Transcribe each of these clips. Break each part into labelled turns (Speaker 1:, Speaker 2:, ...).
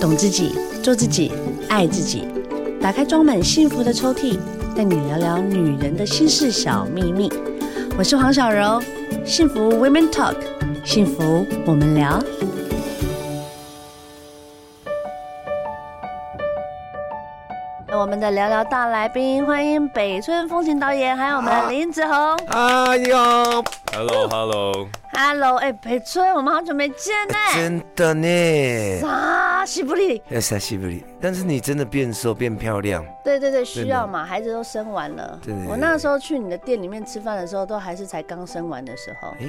Speaker 1: 懂自己，做自己，爱自己。打开装满幸福的抽屉，带你聊聊女人的心事小秘密。我是黄小柔，幸福 Women Talk，幸福我们聊。那我们的聊聊大来宾，欢迎北村风情导演，还有我们的林子宏。
Speaker 2: 啊，你好，
Speaker 3: Hello Hello，
Speaker 1: Hello，哎、北村，我们好久没见呢、
Speaker 2: 真的呢，
Speaker 1: 啥西不利？
Speaker 2: 要久西不里，但是你真的变瘦变漂亮，
Speaker 1: 对对对，需要嘛，孩子都生完了
Speaker 2: 对对。对
Speaker 1: 我那时候去你的店里面吃饭的时候，都还是才刚生完的时候，
Speaker 2: 哎、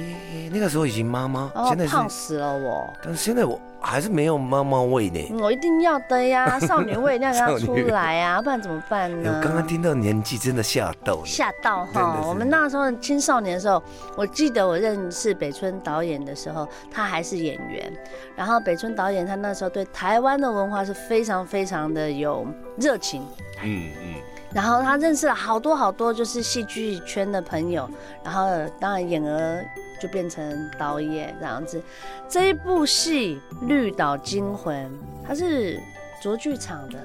Speaker 2: 那个时候已经妈妈，
Speaker 1: 哦
Speaker 2: 现在，是，
Speaker 1: 胖死了我。
Speaker 2: 但是现在我还是没有妈妈味呢。
Speaker 1: 嗯我一定要的 呀，少女味一定要让它
Speaker 2: 少
Speaker 1: 出
Speaker 2: 女味
Speaker 1: 来啊， 不然怎么办
Speaker 2: 哎
Speaker 1: 呢
Speaker 2: 我？刚刚听到年纪真的吓到了，
Speaker 1: 吓到
Speaker 2: 真的
Speaker 1: 哈！
Speaker 2: 是
Speaker 1: 我们那时候青少年的时候，我记得我认识北村导演的时候，他还是演员。然后北村导演他那时候对台湾的文化是非常非常的有热情，
Speaker 3: 嗯嗯，
Speaker 1: 然后他认识了好多好多就是戏剧圈的朋友，然后当然演而就变成导演这样子。这一部戏《绿岛惊魂》，它是卓剧场的，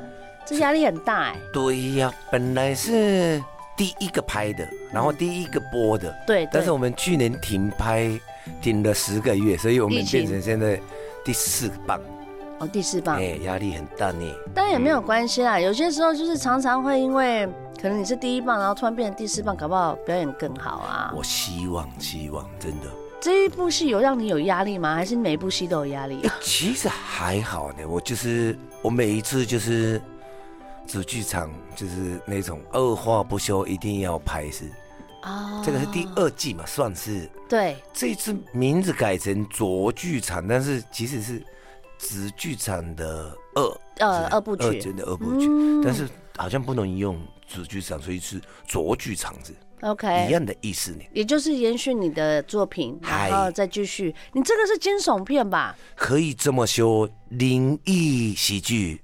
Speaker 1: 这压力很大哎、
Speaker 2: 对呀、本来是第一个拍的，然后第一个播的，
Speaker 1: 对对，
Speaker 2: 但是我们去年停拍，停了十个月，所以我
Speaker 1: 疫
Speaker 2: 们
Speaker 1: 情
Speaker 2: 变成现在第四棒，
Speaker 1: 哦第四棒，
Speaker 2: 哎、压力很大呢。
Speaker 1: 但也没有关系啦。有些时候就是常常会因为可能你是第一棒，然后突然变成第四棒，搞不好表演更好啊。
Speaker 2: 我希望，希望真的。
Speaker 1: 这一部戏有让你有压力吗？还是每一部戏都有压力、啊？
Speaker 2: 哎其实还好呢，我就是我每一次就是主剧场就是那种二话不休一定要拍是，
Speaker 1: 哦
Speaker 2: 这个是第二季嘛，算是
Speaker 1: 对
Speaker 2: 这一次名字改成卓剧场，但是其实是直剧场的二，
Speaker 1: 呃
Speaker 2: 是
Speaker 1: 二部
Speaker 2: 二
Speaker 1: 曲嗯
Speaker 2: 真的二部曲，但是好像不能用主剧场，所以是卓剧场子
Speaker 1: ，OK，
Speaker 2: 一样的意思呢。
Speaker 1: 也就是延续你的作品，
Speaker 2: 嗨
Speaker 1: 然后再继续。你这个是惊悚片吧？
Speaker 2: 可以这么说，灵异喜剧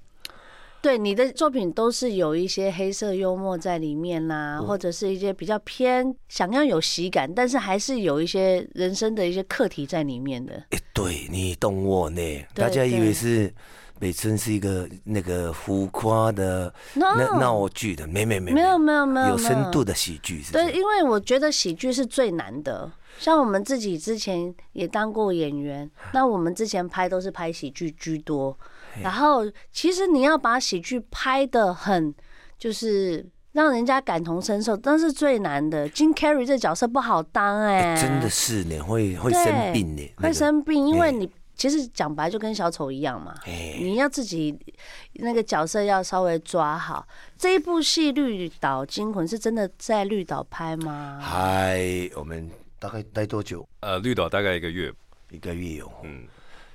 Speaker 1: 对，你的作品都是有一些黑色幽默在里面啦，或者是一些比较偏想要有喜感，但是还是有一些人生的一些课题在里面的。
Speaker 2: 哎、对你懂我呢，
Speaker 1: 对
Speaker 2: 大家以为
Speaker 1: 对
Speaker 2: 是北村是一个那个浮夸的
Speaker 1: No
Speaker 2: 那闹剧的，没没没
Speaker 1: 没有没有没有
Speaker 2: 有深。
Speaker 1: 没
Speaker 2: 度的喜剧是这
Speaker 1: 对，
Speaker 2: 样。
Speaker 1: 因为我觉得喜剧是最难的。像我们自己之前也当过演 员，那我们之前拍都是拍喜剧居多。然后其实你要把喜剧拍的很，就是让人家感同身受，那是最难的。Jim Carrey 这角色不好当哎、
Speaker 2: 哎真的是呢，会会
Speaker 1: 对
Speaker 2: 生病呢，那
Speaker 1: 会
Speaker 2: 个。
Speaker 1: 生病，因为
Speaker 2: 哎
Speaker 1: 你其实讲白就跟小丑一样嘛，
Speaker 2: 哎
Speaker 1: 你要自己那个角色要稍微抓好。这一部戏《绿岛惊魂》是真的在绿岛拍吗？
Speaker 2: 嗨，我们大概待多久？
Speaker 3: 呃，绿岛大概一个月，
Speaker 2: 一个月有。
Speaker 3: 嗯，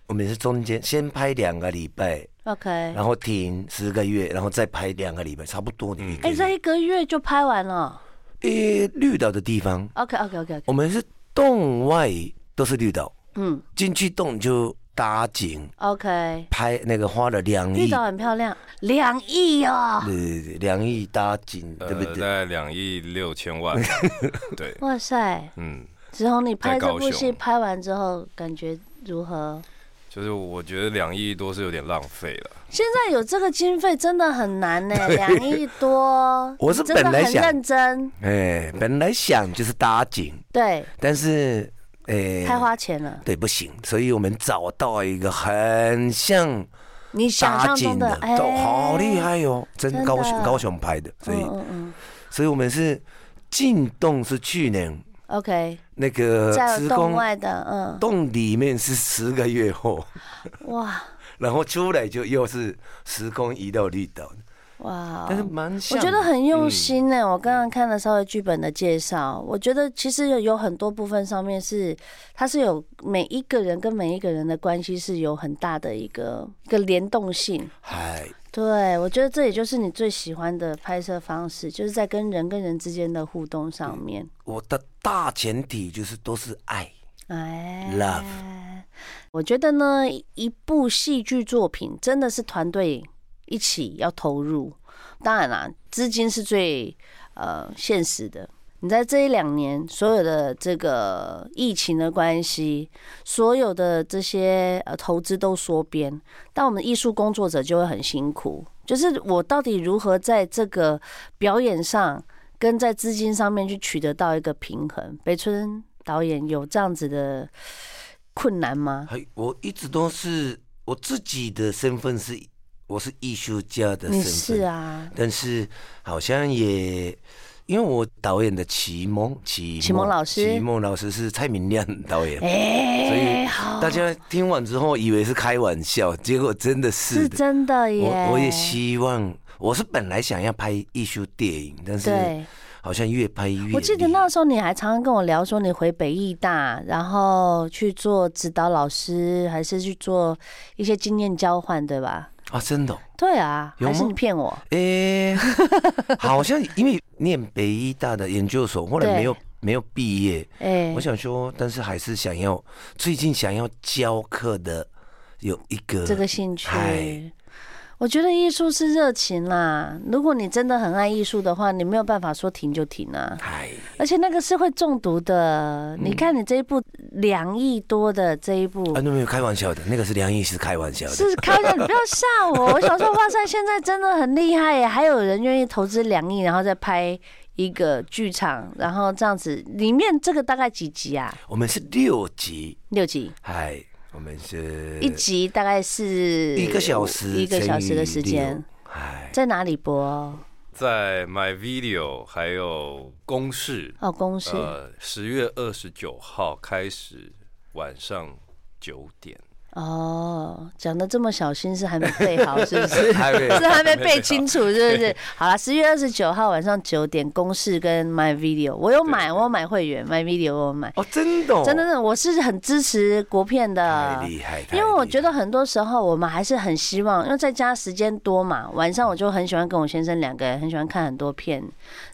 Speaker 2: 我们是中间先拍两个礼拜，
Speaker 1: OK，哎、
Speaker 2: 然后停十个月，然后再拍两个礼拜，差不多呢。一个
Speaker 1: 哎这
Speaker 2: 月。
Speaker 1: 一个月就拍完了。
Speaker 2: 诶，绿岛的地方，
Speaker 1: OK OK OK OK，
Speaker 2: 我们是洞外都是绿岛，
Speaker 1: 嗯
Speaker 2: 进去洞就搭景。
Speaker 1: ，OK，
Speaker 2: 拍那个花了两
Speaker 1: 绿
Speaker 2: 亿，
Speaker 1: 岛很漂亮，两亿哦，
Speaker 2: 对对对，两亿搭景，
Speaker 3: 呃
Speaker 2: 对不
Speaker 3: 大
Speaker 2: 对？
Speaker 3: 概两亿六千万，对，
Speaker 1: 哇塞！
Speaker 3: 嗯，
Speaker 1: 子红，你拍
Speaker 3: 在
Speaker 1: 这
Speaker 3: 高
Speaker 1: 部戏
Speaker 3: 雄
Speaker 1: 拍完之后感觉如何？
Speaker 3: 就是我觉得两亿多是有点浪费了，
Speaker 1: 现在有这个经费真的很难呢、两亿多，
Speaker 2: 我是
Speaker 1: 你真的
Speaker 2: 本来
Speaker 1: 很
Speaker 2: 想
Speaker 1: 认真，
Speaker 2: 哎，本来想就是搭景，
Speaker 1: 对，
Speaker 2: 但是，哎，
Speaker 1: 太花钱了。
Speaker 2: 对不行，所以我们找到一个很像
Speaker 1: 你想
Speaker 2: 搭
Speaker 1: 象
Speaker 2: 景
Speaker 1: 中
Speaker 2: 的，
Speaker 1: 哎，
Speaker 2: 都好厉害哦，
Speaker 1: 真
Speaker 2: 真
Speaker 1: 的
Speaker 2: 高雄高雄拍的，所以
Speaker 1: 嗯嗯嗯
Speaker 2: 所以我们是进洞是去年
Speaker 1: ，OK，
Speaker 2: 那个
Speaker 1: 在
Speaker 2: 施
Speaker 1: 洞
Speaker 2: 工
Speaker 1: 外的，
Speaker 2: 洞里面是十个月后，
Speaker 1: 嗯，哇
Speaker 2: 然后出来就又是施工移到绿岛，
Speaker 1: 哇
Speaker 2: 但，是蛮像
Speaker 1: 哦
Speaker 2: 嗯
Speaker 1: 我
Speaker 2: 的，
Speaker 1: 觉得很用心呢、欸我刚刚看了稍微剧本的介绍，我觉得其实有有很多部分上面是，它是有每一个人跟每一个人的关系是有很大的一个一个联动性。
Speaker 2: 嗨。
Speaker 1: 对，我觉得这也就是你最喜欢的拍摄方式，就是在跟人跟人之间的互动上面。
Speaker 2: 我的大前提就是都是爱，
Speaker 1: 哎
Speaker 2: Love
Speaker 1: 我觉得呢，一部戏剧作品真的是团队一起要投入。当然啦，资金是最呃现实的，你在这一两年所有的这个疫情的关系，所有的这些呃投资都缩编，但我们艺术工作者就会很辛苦。就是我到底如何在这个表演上跟在资金上面去取得到一个平衡？北村导演有这样子的困难吗？
Speaker 2: 还我一直都是我自己的身份是我是艺术家的
Speaker 1: 你
Speaker 2: 身份，
Speaker 1: 是啊，
Speaker 2: 但是好像也因为我导演的启蒙，启
Speaker 1: 启蒙老师
Speaker 2: 启蒙老师是蔡明亮导演，所
Speaker 1: 哎、好
Speaker 2: 以大家听完之后以为是开玩笑，结果真的是
Speaker 1: 是
Speaker 2: 的
Speaker 1: 真的耶。
Speaker 2: 我我也希望，我是本来想要拍艺术电影，但是
Speaker 1: 对。
Speaker 2: 好像越拍越厉害……
Speaker 1: 我记得那时候你还常常跟我聊说，你回北艺大，然后去做指导老师，还是去做一些经验交换，对吧？
Speaker 2: 啊，真的哦、
Speaker 1: 对啊，
Speaker 2: 有吗
Speaker 1: 还是你骗我？
Speaker 2: 诶，好像因为念北医大的研究所，后来
Speaker 1: 对
Speaker 2: 没有没有毕业，
Speaker 1: 哎、
Speaker 2: 我想说，但是还是想要最近想要教课的有一个
Speaker 1: 这个兴
Speaker 2: 哎
Speaker 1: 趣，我觉得艺术是热情啦。如果你真的很爱艺术的话，你没有办法说停就停啊。
Speaker 2: 哎，
Speaker 1: 而且那个是会中毒的。你看你这一部两亿多的这一部，
Speaker 2: 嗯啊，那没有开玩笑的，那个是梁毅是开玩笑的，
Speaker 1: 是开玩笑，你不要吓我。我想说，哇塞，现在真的很厉害耶，还有人愿意投资两亿，然后再拍一个剧场，然后这样子，里面这个大概几集啊？
Speaker 2: 我们是六集，
Speaker 1: 六集，
Speaker 2: 哎，我们是
Speaker 1: 一集大概是
Speaker 2: 呃一个小时，
Speaker 1: 一个小时的时
Speaker 2: 乘以
Speaker 1: 间
Speaker 2: 六，，哎，
Speaker 1: 在哪里播？
Speaker 3: 在 My Video 还有公式，
Speaker 1: 哦，公司。
Speaker 3: 呃，十月二十九号开始，晚上九点。
Speaker 1: 哦，讲的这么小心是还没背好是不 是？
Speaker 2: 还没
Speaker 1: 是 还没背清楚是 不是？好了，十月二十九号晚上九点，公式跟 My Video，我有买，
Speaker 3: 对
Speaker 1: 我有买会员，My Video 我有买。
Speaker 2: 哦，真的哦，
Speaker 1: 真的，真的，我是很支持国片的
Speaker 2: 太。厉害，太
Speaker 1: 因为我觉得
Speaker 2: 厉
Speaker 1: 很多时候我们还是很希望，因为在家时间多嘛，晚上我就很喜欢跟我先生两个人很喜欢看很多片，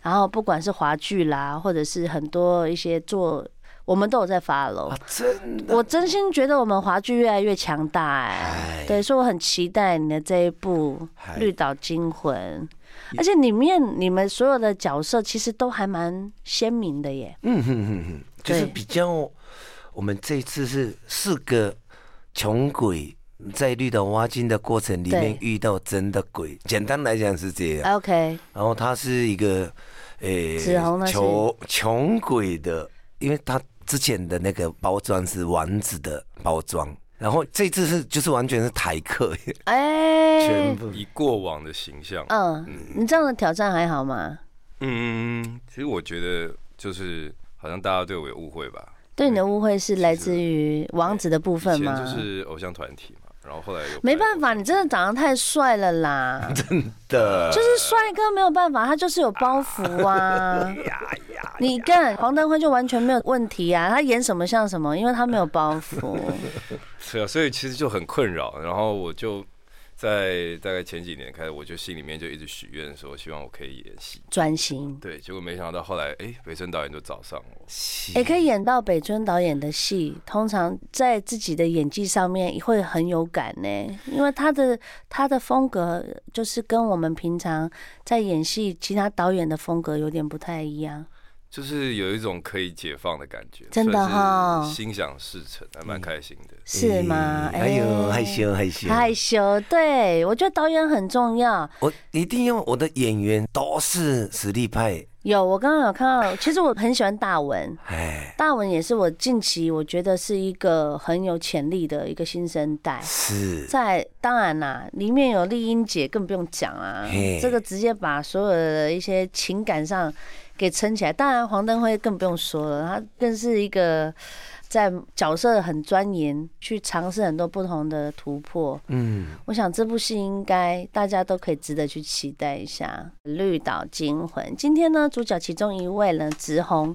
Speaker 1: 然后不管是华剧啦，或者是很多一些做，我们都有在发
Speaker 2: 害
Speaker 1: 楼。
Speaker 2: 啊，真的，
Speaker 1: 我真心觉得我们华剧越来越强大哎、
Speaker 2: 哎
Speaker 1: 对，所以我很期待你的这一部
Speaker 2: 嗨
Speaker 1: 《绿岛惊魂》，而且里面你们所有的角色其实都还蛮鲜明的耶。
Speaker 2: 嗯哼哼哼，就是
Speaker 1: 对
Speaker 2: 比较，我们这一次是四个穷鬼。在绿岛挖金的过程里面
Speaker 1: 对
Speaker 2: 遇到真的鬼，简单来讲是这样。
Speaker 1: OK，
Speaker 2: 然后他是一个，诶、
Speaker 1: 紫红的是
Speaker 2: 穷穷鬼的，因为他之前的那个包装是丸子的包装，然后这次是就是完全是台客，
Speaker 1: 哎、
Speaker 2: 全部
Speaker 3: 以过往的形象，
Speaker 1: 嗯，你这样的挑战还好吗？
Speaker 3: 嗯，其实我觉得就是好像大家对我有误会吧，
Speaker 1: 对你的误会是来自于王子的部
Speaker 3: 嗯以
Speaker 1: 分
Speaker 3: 前
Speaker 1: 吗？
Speaker 3: 就是偶像团体嘛，然后后来有
Speaker 1: 没
Speaker 3: 拍
Speaker 1: 办法，你真的长得太帅了 啦！
Speaker 2: 的，
Speaker 1: 就是帅哥没有办法，他就是有包袱 啊。
Speaker 3: 哎
Speaker 1: 你看黄登辉就完全没有问题啊，他演什么像什么，因为他没有包袱。
Speaker 3: 是啊，所以其实就很困扰。然后我就在大概前几年开始，我就心里面就一直许愿说，希望我可以演戏。
Speaker 1: 转型
Speaker 3: 对，结果没想到后来，哎、北森导演就找上我。
Speaker 1: 也、可以演到北村导演的戏，通常在自己的演技上面会很有感呢、因为他的他的风格就是跟我们平常在演戏其他导演的风格有点不太一样。
Speaker 3: 就是有一种可以解放的感觉，
Speaker 1: 真的
Speaker 3: 算是
Speaker 1: 哈
Speaker 3: 心想事成，还蛮开心 的。
Speaker 1: 是吗？
Speaker 2: 哎呦，
Speaker 1: 哎
Speaker 2: 害羞害羞，
Speaker 1: 害羞，对我觉得导演很重要。
Speaker 2: 我一定要我的演员都是实力派，
Speaker 1: 有，我刚刚有看到，其实我很喜欢大文，
Speaker 2: 哎，
Speaker 1: 大文也是我近期我觉得是一个很有潜力的一个新生代。
Speaker 2: 是
Speaker 1: 在当然啦，里面有丽英姐，更不用讲啊
Speaker 2: 嘿，
Speaker 1: 这个直接把所有的一些情感上给撑起来。当然，黄登辉更不用说了，他更是一个在角色很钻研，去尝试很多不同的突破。
Speaker 2: 嗯，
Speaker 1: 我想这部戏应该大家都可以值得去期待一下，《绿岛惊魂》。今天呢，主角其中一位呢，直红。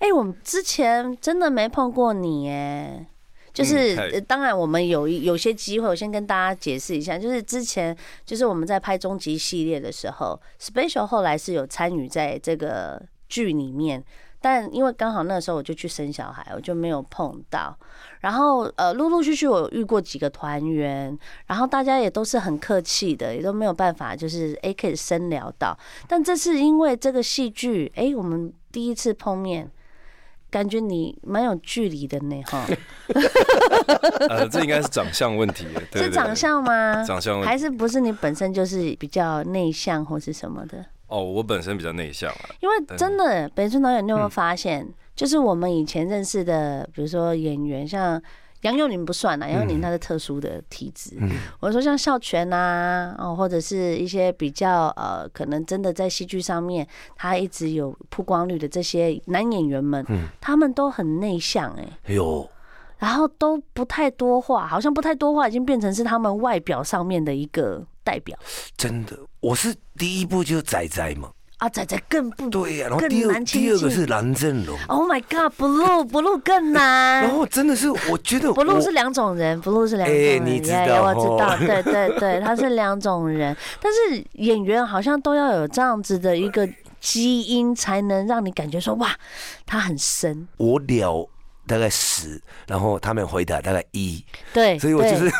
Speaker 1: 哎、我们之前真的没碰过你哎，就是、
Speaker 3: 嗯嗨
Speaker 1: 呃当然我们有一有些机会，我先跟大家解释一下，就是之前就是我们在拍终极系列的时候，Special 后来是有参与在这个剧里面。但因为刚好那时候我就去生小孩，我就没有碰到。然后呃，陆陆续续我有遇过几个团员，然后大家也都是很客气的，也都没有办法就是诶可以深聊到。但这次因为这个戏剧，诶，我们第一次碰面。感觉你蛮有距离的呢， 哈，
Speaker 3: 呃，这应该是长相问题，对对
Speaker 1: 是
Speaker 3: 对
Speaker 1: 长相吗？
Speaker 3: 长相问
Speaker 1: 还
Speaker 3: 题。
Speaker 1: 是不是你本身就是比较内向或是什么的？
Speaker 3: 哦，我本身比较内向啊，
Speaker 1: 因为真的，北村导演，你有没有发现，
Speaker 2: 嗯
Speaker 1: 就是我们以前认识的，比如说演员，像杨佑宁不算啊
Speaker 2: 嗯
Speaker 1: 啦，杨佑宁他是特殊的体质。我说像孝全啊，哦，或者是一些比较呃，可能真的在戏剧上面他一直有曝光率的这些男演员们，
Speaker 2: 嗯
Speaker 1: 他们都很内向哎、
Speaker 2: 哎呦，
Speaker 1: 然后都不太多话，好像不太多话已经变成是他们外表上面的一个代表
Speaker 2: 真的，我是第一部就是仔仔嘛，
Speaker 1: 啊，仔仔更不
Speaker 2: 对呀、然后
Speaker 1: 更
Speaker 2: 第二
Speaker 1: 难亲
Speaker 2: 第二个
Speaker 1: 近
Speaker 2: 是蓝正龙，
Speaker 1: Oh my God，不录不录更
Speaker 2: 然
Speaker 1: 难。
Speaker 2: 后真的是我觉得
Speaker 1: 不
Speaker 2: 我
Speaker 1: 录是两种人，不录是两种
Speaker 2: 哎
Speaker 1: 人，
Speaker 2: 你知
Speaker 1: 呀呀
Speaker 2: 道
Speaker 1: 我知道
Speaker 2: 哦，
Speaker 1: 对 对对，他是两种人。但是演员好像都要有这样子的一个基因，才能让你感觉说哇，他很深。
Speaker 2: 我聊大概十，然后他们回答大概一，
Speaker 1: 对，
Speaker 2: 所以我
Speaker 1: 对
Speaker 2: 就是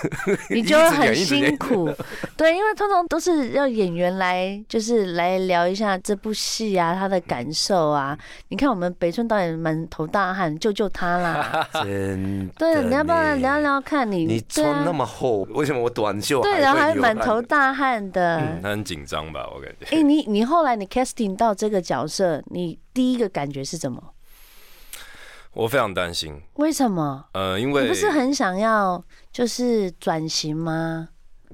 Speaker 1: 你
Speaker 2: 一
Speaker 1: 就
Speaker 2: 直
Speaker 1: 会
Speaker 2: 演
Speaker 1: 很
Speaker 2: 一直演
Speaker 1: 辛 苦。对，因为通常都是要演员来，就是来聊一下这部戏啊，他的感受啊。你看我们北村导演满头大汗，救救他 啦！
Speaker 2: 真的
Speaker 1: 对，你要不要来
Speaker 2: 呢
Speaker 1: 聊？聊看你？
Speaker 2: 你
Speaker 1: 对啊
Speaker 2: 穿那么厚，为什么我短袖
Speaker 1: 对，然后还
Speaker 2: 会流汗
Speaker 1: 满头大汗的。
Speaker 3: 嗯，他很紧张吧？我感觉。
Speaker 1: 哎、你你后来你 casting 到这个角色，你第一个感觉是什么？
Speaker 3: 我非常担心，
Speaker 1: 为什么？
Speaker 3: 呃，因
Speaker 1: 你
Speaker 3: 为
Speaker 1: 不是很想要就是转型吗？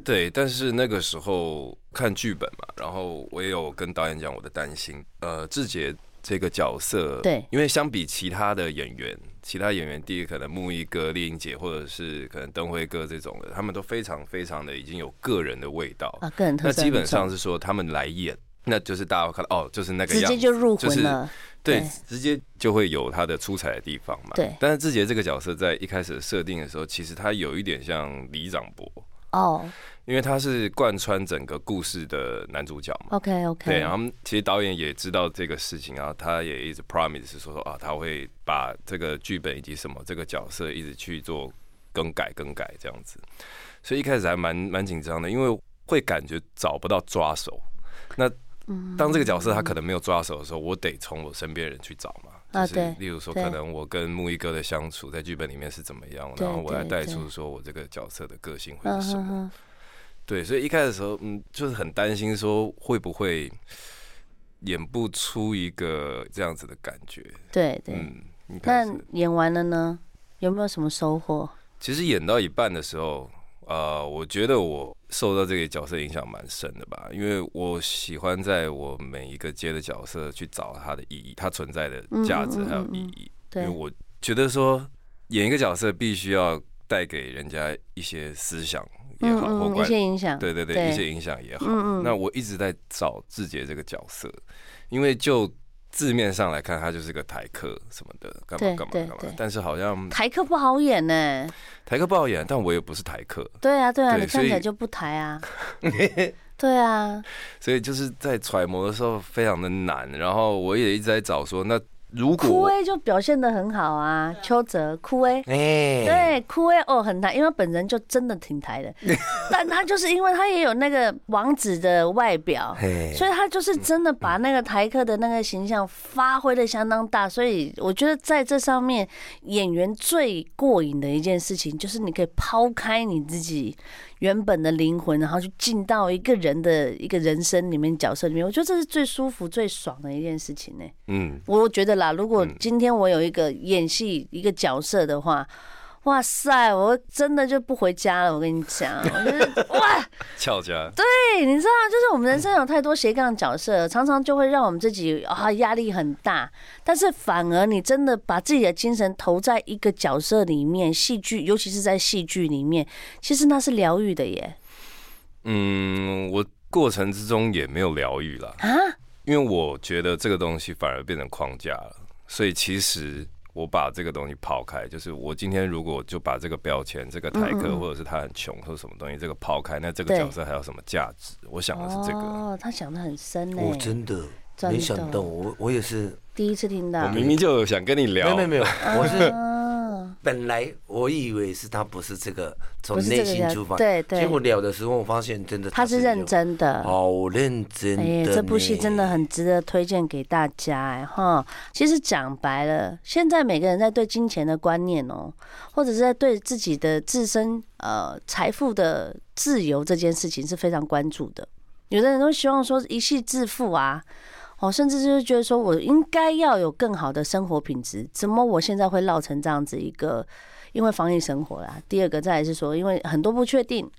Speaker 3: 对，但是那个时候看剧本嘛，然后我也有跟导演讲我的担心。呃，志杰这个角色，
Speaker 1: 对
Speaker 3: 因为相比其他的演员，其他演员，第一可能木易哥、丽英姐，或者是可能灯辉哥这种的，他们都非常非常的已经有个人的味道。
Speaker 1: 啊，个人特
Speaker 3: 那
Speaker 1: 色
Speaker 3: 基本
Speaker 1: 很重
Speaker 3: 上是说他们来演，那就是大家看到哦，就是那个
Speaker 1: 直
Speaker 3: 样
Speaker 1: 接
Speaker 3: 子，
Speaker 1: 就入
Speaker 3: 就
Speaker 1: 魂
Speaker 3: 是
Speaker 1: 了。
Speaker 3: 对
Speaker 1: 对，
Speaker 3: 直接就会有他的出彩的地方嘛。
Speaker 1: 对
Speaker 3: 但是志杰这个角色在一开始的设定的时候，其实他有一点像李长博，
Speaker 1: 哦
Speaker 3: 因为他是贯穿整个故事的男主角嘛。
Speaker 1: ，OK OK。
Speaker 3: 对，然后其实导演也知道这个事情，然后他也一直 promise 说说啊，他会把这个剧本以及什么这个角色一直去做更改、更改这样子。所以一开始还蛮蛮紧张的，因为会感觉找不到抓手。那
Speaker 1: 嗯
Speaker 3: 当这个角色他可能没有抓手的时候，我得从我身边人去找嘛。
Speaker 1: 啊
Speaker 3: 就是
Speaker 1: 对
Speaker 3: 例如说，
Speaker 1: 对
Speaker 3: 可能我跟木一哥的相处在剧本里面是怎么样，
Speaker 1: 对
Speaker 3: 然后我来
Speaker 1: 对
Speaker 3: 带
Speaker 1: 对
Speaker 3: 出说我这个角色的个性会
Speaker 1: 嗯
Speaker 3: 是什
Speaker 1: 哼
Speaker 3: 么。
Speaker 1: 哼，
Speaker 3: 对，所以一开始的时候，嗯，就是很担心说会不会演不出一个这样子的感觉。
Speaker 1: 对对。
Speaker 3: 嗯，一开
Speaker 1: 那
Speaker 3: 始
Speaker 1: 演完了呢？有没有什么收获？
Speaker 3: 其实演到一半的时候，呃，我觉得我受到这个角色影响蛮深的吧，因为我喜欢在我每一个接的角色去找它的意义，它存在的价
Speaker 1: 嗯
Speaker 3: 值
Speaker 1: 嗯嗯
Speaker 3: 还有
Speaker 1: 嗯
Speaker 3: 意义。因
Speaker 1: 对
Speaker 3: 为，我觉得说演一个角色必须要带给人家一些思想也好，或
Speaker 1: 嗯嗯，一
Speaker 3: 观
Speaker 1: 些影响。
Speaker 3: 对对对，
Speaker 1: 对
Speaker 3: 一些影响也好。
Speaker 1: 嗯嗯
Speaker 3: 那我一直在找志杰这个角色，因为就字面上来看，他就是个台客什么的，干嘛
Speaker 1: 对
Speaker 3: 干嘛
Speaker 1: 对
Speaker 3: 干嘛
Speaker 1: 对。
Speaker 3: 但是好像
Speaker 1: 台客不好演呢。
Speaker 3: 台客不好演，但我也不是台客，
Speaker 1: 对啊，对啊，你
Speaker 3: 对
Speaker 1: 看起
Speaker 3: 所
Speaker 1: 来
Speaker 3: 以
Speaker 1: 就不台 啊。对啊，
Speaker 3: 所以就是在揣摩的时候非常的难。然后我也一直在找说，那如
Speaker 1: 枯
Speaker 3: 果
Speaker 1: 威就表现的很好啊，邱泽枯威。
Speaker 2: 哎，
Speaker 1: 对，枯威哦很台，因为他本人就真的挺台 的，但他就是因为他也有那个王子的外表，
Speaker 2: 嘿
Speaker 1: 所以他就是真的把那个台客的那个形象发挥的相当大，所以我觉得在这上面，演员最过瘾的一件事情就是你可以抛开你自己原本的灵魂，然后去进到一个人的一个人生里面角色里面，我觉得这是最舒服、最爽的一件事情呢、
Speaker 3: 嗯，
Speaker 1: 我觉得啦，如果今天我有一个演戏一个角色的话。哇塞！我真的就不回家了，我跟你讲，我觉得哇，
Speaker 3: 俏佳，
Speaker 1: 对，你知道，就是我们人生有太多斜杠角色，常常就会让我们自己啊压力很大。但是反而你真的把自己的精神投在一个角色里面，戏剧，尤其是在戏剧里面，其实那是疗愈的耶。
Speaker 3: 嗯，我过程之中也没有疗愈啦，
Speaker 1: 啊，
Speaker 3: 因为我觉得这个东西反而变成框架了，所以其实我把这个东西抛开，就是我今天如果就把这个标签、这个台
Speaker 1: 嗯
Speaker 3: 客或者是他很穷或者什么东西这个抛开，那这个
Speaker 1: 对啊
Speaker 3: 角色还有什么价值？我想的是这个，
Speaker 1: 哦，他想的很深呢。
Speaker 2: 我真的
Speaker 1: 真
Speaker 2: 没想到
Speaker 1: 的，
Speaker 2: 我我也是，
Speaker 1: 第一次听
Speaker 3: 我
Speaker 1: 到。
Speaker 3: 明明就有想跟你
Speaker 2: 没
Speaker 3: 聊，
Speaker 2: 有没有没有，
Speaker 1: 啊
Speaker 2: 我是
Speaker 1: 嗯，
Speaker 2: 本来我以为是他不是这个从
Speaker 1: 不是这
Speaker 2: 内
Speaker 1: 个
Speaker 2: 心
Speaker 1: 人
Speaker 2: 出发，
Speaker 1: 对对
Speaker 2: 结果聊的时候我发现真的
Speaker 1: 他是
Speaker 2: 有哦
Speaker 1: 认，真的。
Speaker 2: 好认真的
Speaker 1: 哎
Speaker 2: 呢。
Speaker 1: 呀，这部戏真的很值得推荐给大家哎哈。其实讲白了，现在每个人在对金钱的观念哦，或者是在对自己的自身呃财富的自由这件事情是非常关注的。有的人都希望说一夕致富啊，哦，甚至就是觉得说我应该要有更好的生活品质，怎么我现在会落成这样子一个？因为防疫生活啦，第二个再来是说，因为很多不确定，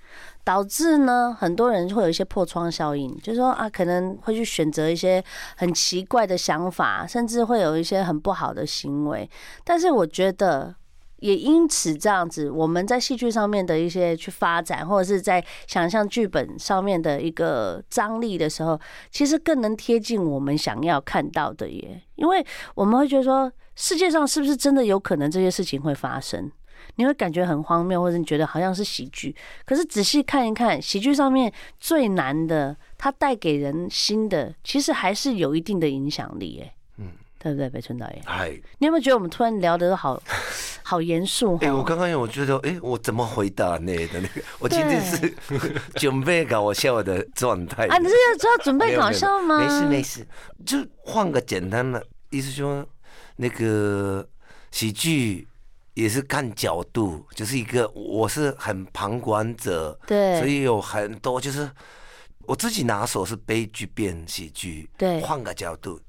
Speaker 1: 导致呢很多人会有一些破窗效应，就是说啊，可能会去选择一些很奇怪的想法，甚至会有一些很不好的行为。但是我觉得。也因此这样子，我们在戏剧上面的一些去发展，或者是在想象剧本上面的一个张力的时候，其实更能贴近我们想要看到的耶。因为我们会觉得说，世界上是不是真的有可能这些事情会发生？你会感觉很荒谬，或者你觉得好像是喜剧，可是仔细看一看，喜剧上面最难的，它带给人新的，其实还是有一定的影响力，耶。嗯，对不对，北村导演？
Speaker 2: 哎。
Speaker 1: 你有没有觉得我们突然聊的都好 好严肃
Speaker 2: 哎、我
Speaker 1: 哦？
Speaker 2: 刚刚有我觉得，哎、我怎么回答呢？的那个，我今天是 准备搞笑的状态
Speaker 1: 啊，你是要要准
Speaker 2: 没
Speaker 1: 备
Speaker 2: 有
Speaker 1: 搞
Speaker 2: 没有
Speaker 1: 笑吗？
Speaker 2: 没事没事，就换个简单的，意思说那个喜剧也是看角度，就是一个我是很旁观者，所
Speaker 1: 对
Speaker 2: 以有很多就是我自己拿手是悲剧变喜剧，
Speaker 1: 对
Speaker 2: 换个角度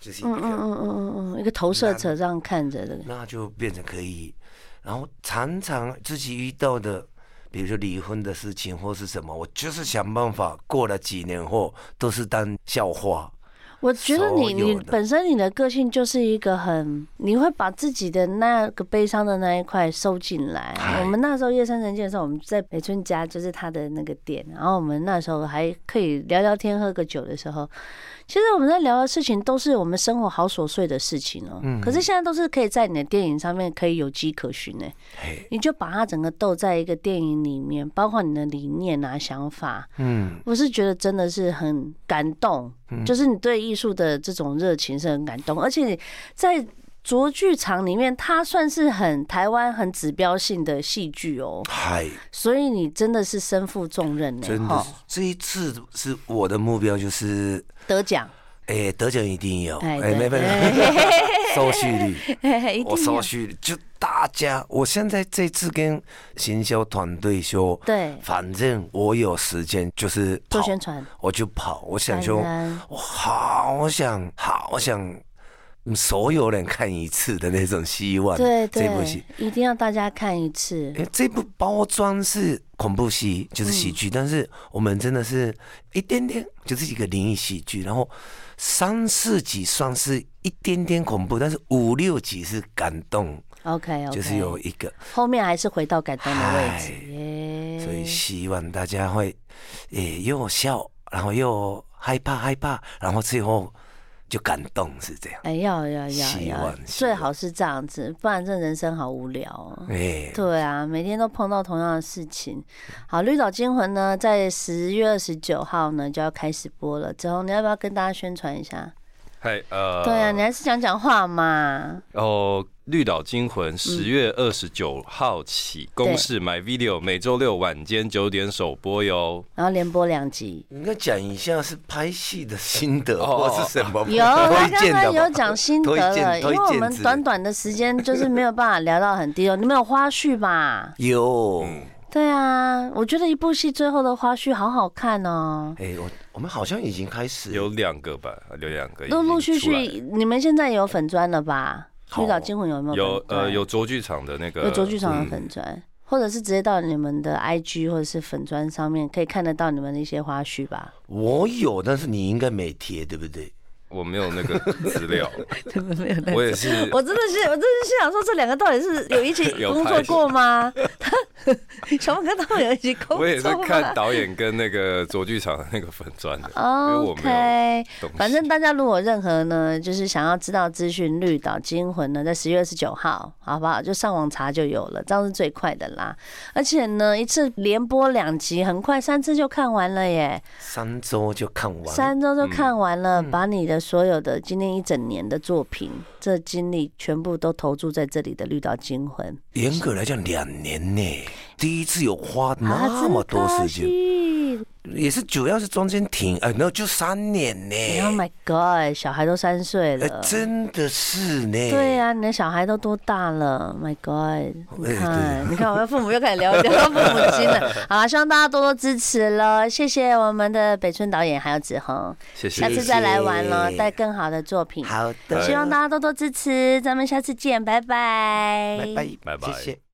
Speaker 2: 就是一个。
Speaker 1: 嗯嗯嗯嗯嗯嗯，一个投射者这样看着的，
Speaker 2: 那就变成可以。然后常常自己遇到的，比如说离婚的事情或是什么，我就是想办法，过了几年后都是当笑话。
Speaker 1: 我觉得你
Speaker 2: 所有
Speaker 1: 你
Speaker 2: 的
Speaker 1: 本身你的个性就是一个很，你会把自己的那个悲伤的那一块收进来。
Speaker 2: 哎
Speaker 1: 我们那时候夜深人静的时候，我们在北村家就是他的那个店，然后我们那时候还可以聊聊天、喝个酒的时候，其实我们在聊的事情都是我们生活好琐碎的事情哦、
Speaker 2: 嗯
Speaker 1: 可是现在都是可以在你的电影上面可以有迹可循呢、
Speaker 2: 嘿，
Speaker 1: 你就把它整个斗在一个电影里面，包括你的理念啊、想法，
Speaker 2: 嗯，
Speaker 1: 我是觉得真的是很感动，就是你对艺术的这种热情是很感动，而且你在卓剧场里面，它算是很台湾很指标性的戏剧哦，
Speaker 2: 嗨，
Speaker 1: 所以你真的是身负重任呢，
Speaker 2: 真的
Speaker 1: 哈
Speaker 2: 是，这一次是我的目标，就是
Speaker 1: 得奖，
Speaker 2: 哎、得奖一定有，
Speaker 1: 哎
Speaker 2: 哎、
Speaker 1: 对
Speaker 2: 没办法， 收视率。
Speaker 1: 嘿 嘿一
Speaker 2: 我
Speaker 1: 定
Speaker 2: 收
Speaker 1: 要
Speaker 2: 视率就大家，我现在这次跟行销团队说，
Speaker 1: 对
Speaker 2: 反正我有时间就是
Speaker 1: 做
Speaker 2: 跑
Speaker 1: 宣传，
Speaker 2: 我就跑，我想
Speaker 1: 当
Speaker 2: 说
Speaker 1: 然，
Speaker 2: 我好想好想嗯所有人看一次的那种希望。
Speaker 1: 对
Speaker 2: 这部戏
Speaker 1: 对，，一定要大家看一次，
Speaker 2: 哎，这部包装是恐怖戏，就是喜
Speaker 1: 嗯
Speaker 2: 剧，但是我们真的是一点点，就是一个灵异喜剧，然后三四集算是一点点恐怖，但是五六集是感动，
Speaker 1: OK OK，
Speaker 2: 就是有一个，
Speaker 1: 后面还是回到感动的位置
Speaker 2: 哎
Speaker 1: 耶，
Speaker 2: 所以希望大家会，诶，又笑，然后又害怕害怕，然后最后就感动，是这样。
Speaker 1: 哎要要要
Speaker 2: 希
Speaker 1: 要
Speaker 2: 望，希
Speaker 1: 最
Speaker 2: 望
Speaker 1: 好是这样子，不然这人生好无聊哦。
Speaker 2: 哎，
Speaker 1: 对啊，每天都碰到同样的事情。好，《绿岛惊魂》呢，在十月二十九号呢就要开始播了。子红，你要不要跟大家宣传一下？
Speaker 3: 嗨呃，
Speaker 1: 对啊，你还是讲讲话嘛。
Speaker 3: 哦，《绿岛惊魂》
Speaker 1: 嗯
Speaker 3: 十月二十九号起，公式 My Video 每周六晚间九点首播哟。
Speaker 1: 然后连播两 集。
Speaker 2: 你应该讲一下是拍戏的心得
Speaker 3: 哦
Speaker 2: 或是什么吧？
Speaker 1: 有，他刚
Speaker 2: 推荐的
Speaker 1: 刚
Speaker 2: 吧
Speaker 1: 有讲心得
Speaker 2: 推
Speaker 1: 了，
Speaker 2: 荐
Speaker 1: 因
Speaker 2: 推
Speaker 1: 为我
Speaker 2: 荐
Speaker 1: 们
Speaker 2: 之类
Speaker 1: 短短的时间就是没有办法聊到很低哦。 你们有花絮吧？
Speaker 2: 有，
Speaker 1: 对啊，我觉得一部戏最后的花絮好好看哦。
Speaker 2: 哎、我我们好像已经开始
Speaker 3: 有两个吧，有两个已经
Speaker 1: 陆陆续
Speaker 3: 出来了
Speaker 1: 续，你们现在有粉砖了吧？
Speaker 2: 好
Speaker 1: 绿岛惊魂有没有？
Speaker 3: 有
Speaker 1: 粉
Speaker 3: 呃
Speaker 1: 专
Speaker 3: 有卓剧场的那个
Speaker 1: 有卓剧场的
Speaker 3: 嗯
Speaker 1: 粉砖，或者是直接到你们的 IG 或者是粉砖上面，可以看得到你们的一些花絮吧？
Speaker 2: 我有，但是你应该没贴，对不对？
Speaker 3: 我没有那 个资料，
Speaker 1: 你们没有
Speaker 3: 我也是
Speaker 1: 我真的是，我真的是想说，这两个到底是有一起
Speaker 3: 有
Speaker 1: 工作
Speaker 3: 拍
Speaker 1: 过吗？他 小马哥他们有一起工作吗？
Speaker 3: 我也是看导演跟那个卓剧场的那个粉砖的，因为我没
Speaker 1: OK，
Speaker 3: 有东西。
Speaker 1: 反正大家如果有任何呢，就是想要知道资讯，绿岛惊魂呢，在十月二十九号，好不好？就上网查就有了，这样是最快的啦。而且呢，一次连播两集，很快三次就看完了耶。
Speaker 2: 三周就看完，嗯
Speaker 1: 三周就看完了，把你的的所有的今天一整年的作品，这精力全部都投注在这里的《绿岛惊魂
Speaker 2: 严格来讲两年呢，第一次有花》，
Speaker 1: 啊
Speaker 2: 那么多时间，
Speaker 1: 间。
Speaker 2: 也啊是主要是中间停，哎，然后就三年呢，
Speaker 1: Oh my god！小孩都三岁
Speaker 2: 哎
Speaker 1: 了，
Speaker 2: 真的啊是呢，
Speaker 1: 对啊呀、你的小孩都多大了？My？Oh God！你
Speaker 2: 哎
Speaker 1: 看，你看，我们父母又开始聊聊到父母亲了。好啦希望大家多多支持喽，谢谢我们的北村导演还有子恒，
Speaker 3: 谢谢
Speaker 1: 下，次再来玩喽，
Speaker 2: 谢谢
Speaker 1: 带更好的作品。
Speaker 2: 好的，
Speaker 1: 希望大家多多支持，咱们下次见，拜拜，
Speaker 2: 拜拜，
Speaker 3: 拜拜
Speaker 2: 谢谢。